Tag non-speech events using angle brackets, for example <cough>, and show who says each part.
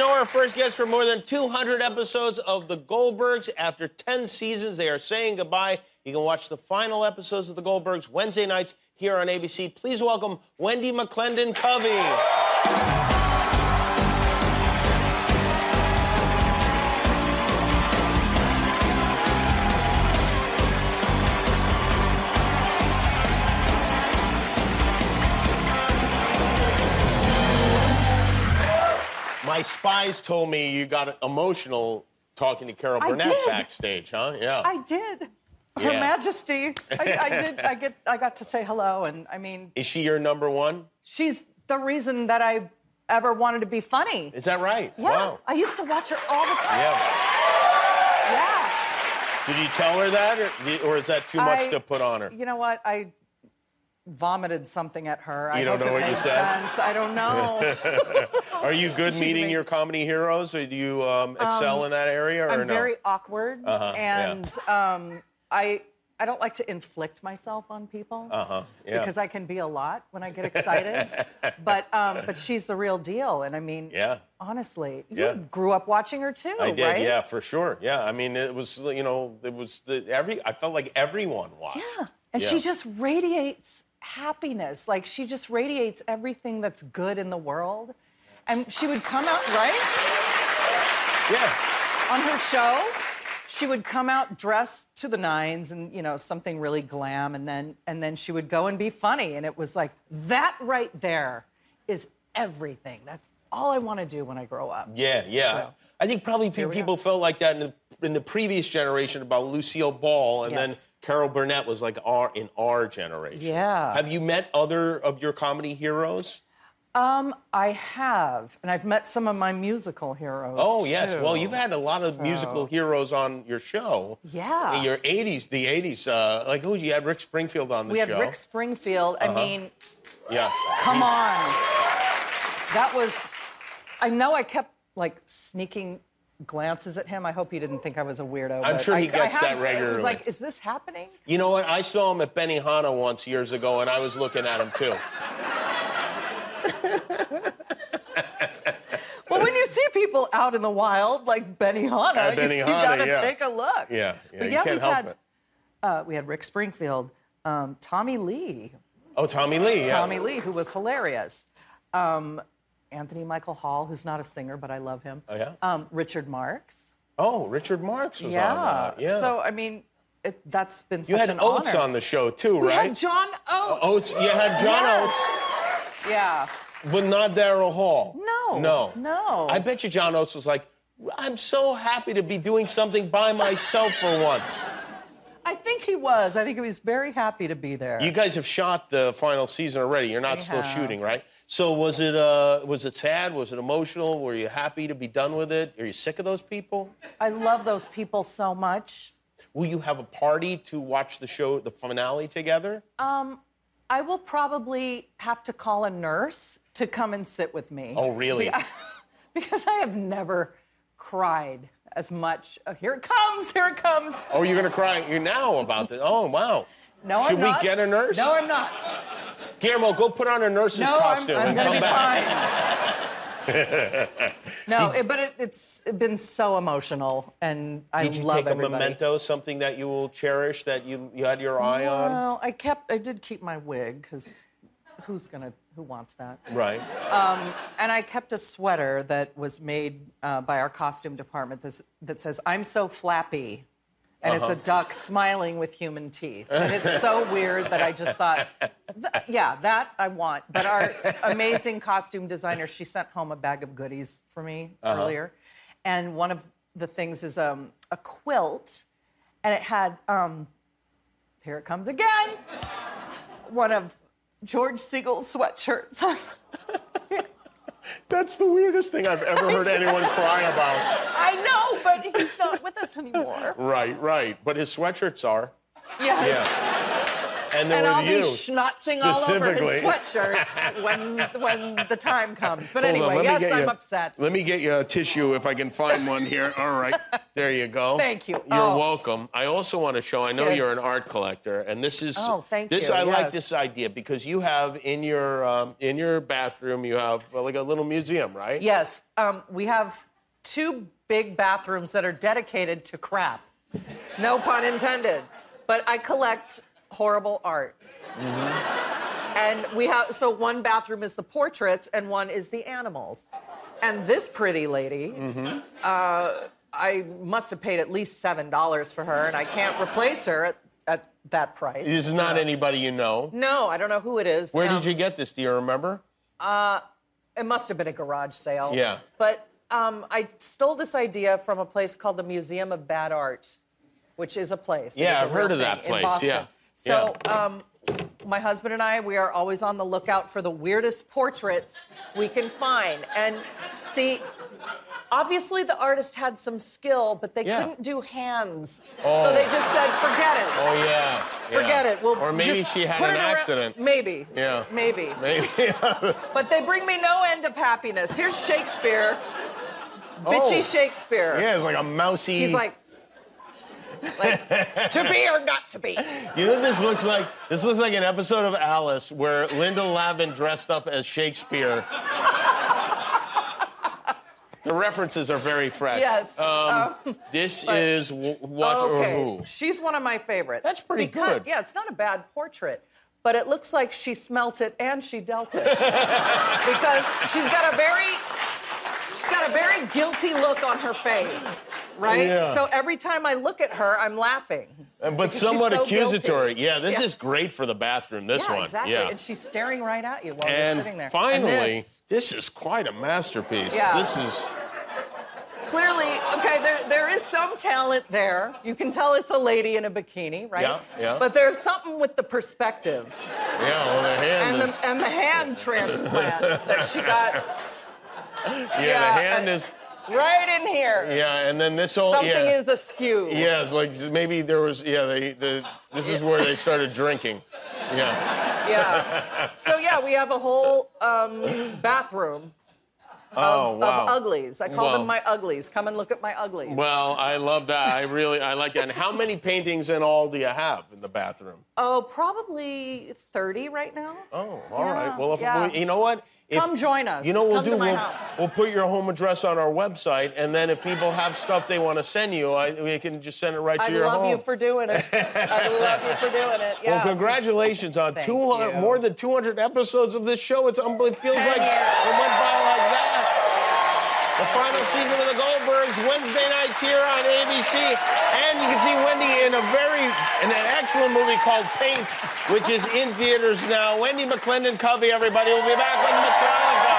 Speaker 1: our first guest for more than 200 episodes of The Goldbergs. After 10 seasons, they are saying goodbye. You can watch the final episodes of The Goldbergs Wednesday nights here on ABC. Please welcome Wendy McClendon Covey. My spies told me you got emotional talking to Carol
Speaker 2: I
Speaker 1: Burnett
Speaker 2: did.
Speaker 1: backstage, huh? Yeah.
Speaker 2: I did. Her
Speaker 1: Yeah.
Speaker 2: Majesty. I, I did. I get. I got to say hello, and I mean,
Speaker 1: Is she your number one?
Speaker 2: she's the reason that I ever wanted to be funny.
Speaker 1: Is that right?
Speaker 2: yeah,
Speaker 1: Wow.
Speaker 2: I used to watch her all the time.
Speaker 1: Yeah.
Speaker 2: Yeah.
Speaker 1: Did you tell her that, or, or is that too much
Speaker 2: I-
Speaker 1: to put on her?
Speaker 2: You know what? I vomited something at her. I
Speaker 1: You don't
Speaker 2: hope
Speaker 1: know
Speaker 2: it
Speaker 1: what you
Speaker 2: made
Speaker 1: said?
Speaker 2: sense. I
Speaker 1: <laughs>
Speaker 2: don't know.
Speaker 1: Are you good
Speaker 2: She's
Speaker 1: meeting
Speaker 2: amazing.
Speaker 1: your comedy heroes? Or do you um, excel in that area, or
Speaker 2: I'm
Speaker 1: no?
Speaker 2: very awkward,
Speaker 1: Uh-huh, yeah.
Speaker 2: and um, I I don't like to inflict myself on people
Speaker 1: Uh-huh. yeah.
Speaker 2: because I can be a lot when I get
Speaker 1: <laughs>
Speaker 2: excited. but um, but she's the real deal, and I mean,
Speaker 1: Yeah.
Speaker 2: honestly, you
Speaker 1: Yeah.
Speaker 2: grew up watching her too,
Speaker 1: I did,
Speaker 2: Oh, right?
Speaker 1: yeah, for sure. Yeah, I mean, it was, you know, it was the, every. I felt like everyone watched.
Speaker 2: Yeah. And she
Speaker 1: Yeah.
Speaker 2: just radiates happiness. Like she just radiates everything that's good in the world. And she would come out, right?
Speaker 1: Yeah.
Speaker 2: On her show, she would come out dressed to the nines and, you know, something really glam and then and then she would go and be funny and it was like that right there is everything. That's all I want to do when I grow up.
Speaker 1: Yeah, yeah.
Speaker 2: So-
Speaker 1: I think probably few
Speaker 2: we
Speaker 1: people
Speaker 2: are.
Speaker 1: felt like that in the, in the previous generation about Lucille Ball, and then
Speaker 2: Yes.
Speaker 1: Carol Burnett was like our in our generation.
Speaker 2: Yeah.
Speaker 1: Have you met other of your comedy heroes?
Speaker 2: Um, I have, and I've met some of my musical heroes.
Speaker 1: Oh yes.
Speaker 2: too.
Speaker 1: Well, you've had a lot of
Speaker 2: So-
Speaker 1: musical heroes on your show.
Speaker 2: Yeah.
Speaker 1: In your '80s, the '80s. Uh, like who? You had Rick Springfield on the
Speaker 2: We
Speaker 1: show. Uh-huh.
Speaker 2: had Rick Springfield. I mean,
Speaker 1: Yeah.
Speaker 2: Come
Speaker 1: He's-
Speaker 2: on. That was. I know I kept like sneaking glances at him. I hope he didn't think I was a weirdo.
Speaker 1: I'm
Speaker 2: but
Speaker 1: sure he
Speaker 2: I- I
Speaker 1: gets that
Speaker 2: have- It
Speaker 1: regularly.
Speaker 2: was like, is this happening?
Speaker 1: You know what? I saw him at Benihana once years ago, and I was looking at him too.
Speaker 2: Well, when you see people out in the wild like Benny Hanna,
Speaker 1: At
Speaker 2: you, you
Speaker 1: Benihana,
Speaker 2: gotta
Speaker 1: yeah.
Speaker 2: take a look.
Speaker 1: Yeah, yeah,
Speaker 2: But
Speaker 1: you
Speaker 2: yeah,
Speaker 1: can't
Speaker 2: we've
Speaker 1: help
Speaker 2: had.
Speaker 1: it.
Speaker 2: Uh, we had Rick Springfield, um, Tommy Lee,
Speaker 1: Oh, Tommy Lee. Yeah.
Speaker 2: Tommy Lee, who was hilarious. Um, Anthony Michael Hall, who's not a singer, but I love him.
Speaker 1: Oh, yeah?
Speaker 2: Um, Richard Marks.
Speaker 1: Oh, Richard Marx was
Speaker 2: yeah.
Speaker 1: on. Uh, yeah.
Speaker 2: So I mean, it, that's been
Speaker 1: You
Speaker 2: such
Speaker 1: had
Speaker 2: an
Speaker 1: Oates
Speaker 2: honor.
Speaker 1: on the show too,
Speaker 2: We
Speaker 1: right? Uh,
Speaker 2: had John Oates.
Speaker 1: Oates. You had John
Speaker 2: Yes. Yeah.
Speaker 1: Oates, but not Daryl Hall.
Speaker 2: No,
Speaker 1: No.
Speaker 2: no.
Speaker 1: I bet you John Oates was like, I'm so happy to be doing something by myself for once.
Speaker 2: I think he was. I think he was very happy to be there.
Speaker 1: You guys have shot the final season already. You're not
Speaker 2: We
Speaker 1: still
Speaker 2: have.
Speaker 1: shooting, right? So was it uh, was it sad? Was it emotional? Were you happy to be done with it? Are you sick of those people?
Speaker 2: I love those people so much.
Speaker 1: Will you have a party to watch the show, the finale together?
Speaker 2: Oh, I will probably have to call a nurse to come and sit with me.
Speaker 1: Oh, really?
Speaker 2: Be- <laughs> Because I have never cried as much. Oh, here it comes. Here it comes.
Speaker 1: Oh, you're gonna cry you now about this? Oh, wow.
Speaker 2: No,
Speaker 1: Should
Speaker 2: I'm
Speaker 1: we
Speaker 2: not.
Speaker 1: get a nurse?
Speaker 2: No, I'm not.
Speaker 1: Guillermo, go put on a nurse's
Speaker 2: no,
Speaker 1: costume
Speaker 2: I'm, I'm
Speaker 1: and
Speaker 2: gonna
Speaker 1: come
Speaker 2: be
Speaker 1: back. <laughs>
Speaker 2: fine. no, it, but it, it's been so emotional, and I
Speaker 1: Did you
Speaker 2: love
Speaker 1: take a
Speaker 2: everybody.
Speaker 1: memento, something that you will cherish, that you, you had your eye on?
Speaker 2: Well, I kept, I did keep my wig because who's gonna, who wants that?
Speaker 1: Right.
Speaker 2: And I kept a sweater that was made uh, by our costume department this, that says, "I'm so flappy." And it's a duck smiling with human teeth. And it's so weird that I just thought, "Th- yeah, that I want. But our amazing costume designer, she sent home a bag of goodies for me earlier. And one of the things is um, a quilt. And it had, um, here it comes again, one of George Siegel's sweatshirts.
Speaker 1: That's the weirdest thing I've ever heard
Speaker 2: <laughs>
Speaker 1: anyone cry about.
Speaker 2: I know, but he's
Speaker 1: <laughs>
Speaker 2: not with us anymore.
Speaker 1: Right, right. But his sweatshirts are.
Speaker 2: Yes.
Speaker 1: Yeah. and there
Speaker 2: and
Speaker 1: were
Speaker 2: I'll
Speaker 1: you
Speaker 2: be schnotzing all over
Speaker 1: specifically.
Speaker 2: his sweatshirts when when the time comes. But
Speaker 1: Hold on,
Speaker 2: anyway,
Speaker 1: let me
Speaker 2: yes,
Speaker 1: get
Speaker 2: I'm
Speaker 1: you-
Speaker 2: upset.
Speaker 1: Let me get you a tissue if I can find one
Speaker 2: <laughs>
Speaker 1: here. All right, there you go.
Speaker 2: Thank you.
Speaker 1: You're
Speaker 2: Oh.
Speaker 1: welcome. I also want to show. I know you're an
Speaker 2: Kids.
Speaker 1: art collector, and this is.
Speaker 2: Oh, thank
Speaker 1: this,
Speaker 2: you,
Speaker 1: I like
Speaker 2: yes.
Speaker 1: this idea because you have in your um, in your bathroom you have uh, like a little museum, right?
Speaker 2: Yes, um, we have two big bathrooms that are dedicated to crap. No pun intended. But I collect horrible art.
Speaker 1: Mm-hmm.
Speaker 2: And we have so one bathroom is the portraits and one is the animals. And this pretty lady,
Speaker 1: Mm-hmm.
Speaker 2: uh, I must have paid at least seven dollars for her, and I can't replace her at, at that price.
Speaker 1: This is not anybody you know.
Speaker 2: No, I don't know who it is.
Speaker 1: Where
Speaker 2: Um,
Speaker 1: did you get this? Do you remember?
Speaker 2: Uh, it must have been a garage sale.
Speaker 1: Yeah.
Speaker 2: But um, I stole this idea from a place called the Museum of Bad Art, which is a place. that
Speaker 1: Yeah,
Speaker 2: is a
Speaker 1: I've heard
Speaker 2: real
Speaker 1: of that
Speaker 2: thing
Speaker 1: place,
Speaker 2: In Boston.
Speaker 1: yeah.
Speaker 2: So um, my husband and I, we are always on the lookout for the weirdest portraits we can find. And see, obviously the artist had some skill, but they
Speaker 1: Yeah.
Speaker 2: couldn't do hands.
Speaker 1: Oh.
Speaker 2: So they just said, forget it.
Speaker 1: Oh yeah. yeah.
Speaker 2: Forget it. We'll
Speaker 1: or maybe
Speaker 2: just
Speaker 1: she had
Speaker 2: put
Speaker 1: an
Speaker 2: it around-
Speaker 1: accident.
Speaker 2: Maybe. <laughs>
Speaker 1: Yeah.
Speaker 2: Maybe.
Speaker 1: Maybe. <laughs>
Speaker 2: But they bring me no end of happiness. Here's Shakespeare.
Speaker 1: Oh.
Speaker 2: Bitchy Shakespeare.
Speaker 1: yeah, it's like a mousy.
Speaker 2: He's like, like, to be or not to be.
Speaker 1: You know what this looks like? This looks like an episode of Alice where Linda Lavin dressed up as Shakespeare. the references are very fresh.
Speaker 2: Yes,
Speaker 1: Um,
Speaker 2: um,
Speaker 1: this
Speaker 2: but-
Speaker 1: is wh- what
Speaker 2: okay.
Speaker 1: or who?
Speaker 2: She's one of my favorites.
Speaker 1: That's pretty
Speaker 2: Because-
Speaker 1: good.
Speaker 2: Yeah, it's not a bad portrait, but it looks like she smelt it and she
Speaker 1: <laughs>
Speaker 2: dealt it. because she's got a very she's got a very guilty look on her face. Right?
Speaker 1: Yeah.
Speaker 2: So every time I look at her, I'm laughing.
Speaker 1: Uh, But
Speaker 2: she's
Speaker 1: somewhat
Speaker 2: so
Speaker 1: accusatory.
Speaker 2: guilty.
Speaker 1: Yeah, this
Speaker 2: Yeah.
Speaker 1: is great for the bathroom. This
Speaker 2: yeah,
Speaker 1: one.
Speaker 2: exactly.
Speaker 1: Yeah.
Speaker 2: And she's staring right at you while
Speaker 1: And
Speaker 2: you're sitting there.
Speaker 1: finally,
Speaker 2: and
Speaker 1: this.
Speaker 2: this,
Speaker 1: is quite a masterpiece.
Speaker 2: Yeah.
Speaker 1: This is
Speaker 2: clearly, okay, there, there is some talent there. You can tell it's a lady in a bikini, right?
Speaker 1: Yeah, yeah.
Speaker 2: But there's something with the perspective
Speaker 1: yeah. Well, the hand
Speaker 2: and the,
Speaker 1: is
Speaker 2: and
Speaker 1: <laughs>
Speaker 2: the hand transplant that she got
Speaker 1: yeah,
Speaker 2: yeah,
Speaker 1: The hand
Speaker 2: and-
Speaker 1: is
Speaker 2: right in here.
Speaker 1: yeah. And then this whole
Speaker 2: Something
Speaker 1: Oh, yeah.
Speaker 2: is askew.
Speaker 1: Yeah, it's like maybe there was. Yeah, they, the, this is where they started drinking. Yeah.
Speaker 2: Yeah. So yeah, we have a whole um, bathroom
Speaker 1: Oh
Speaker 2: of
Speaker 1: wow.
Speaker 2: uglies. I call
Speaker 1: Wow.
Speaker 2: them my uglies. Come and look at my uglies.
Speaker 1: Well, I love that. I really, I like that. And how many paintings in all do you have in the bathroom?
Speaker 2: Oh, probably 30 right now.
Speaker 1: Oh, all right.
Speaker 2: Yeah,
Speaker 1: Well, if
Speaker 2: yeah.
Speaker 1: we, you know what? If-
Speaker 2: Come join us.
Speaker 1: You know what we'll
Speaker 2: Come to
Speaker 1: do?
Speaker 2: my
Speaker 1: We'll,
Speaker 2: house.
Speaker 1: we'll put your home address on our website, and then if people have stuff they want to send you, I, we can just send it right
Speaker 2: I
Speaker 1: to your
Speaker 2: love
Speaker 1: home.
Speaker 2: you for doing it. I love you for doing it.
Speaker 1: <laughs>
Speaker 2: Yeah.
Speaker 1: well, congratulations on
Speaker 2: Thank
Speaker 1: 200,
Speaker 2: you.
Speaker 1: more than 200 episodes of this show. It's unbelievable. It feels
Speaker 2: Ten
Speaker 1: like it went by
Speaker 2: years.
Speaker 1: like that. The final season of The Goldbergs, Wednesday nights here on ABC. And you can see Wendy in a very, in an excellent movie called Paint, which is in theaters now. Wendy McClendon Covey, everybody. We'll be back with Metallica.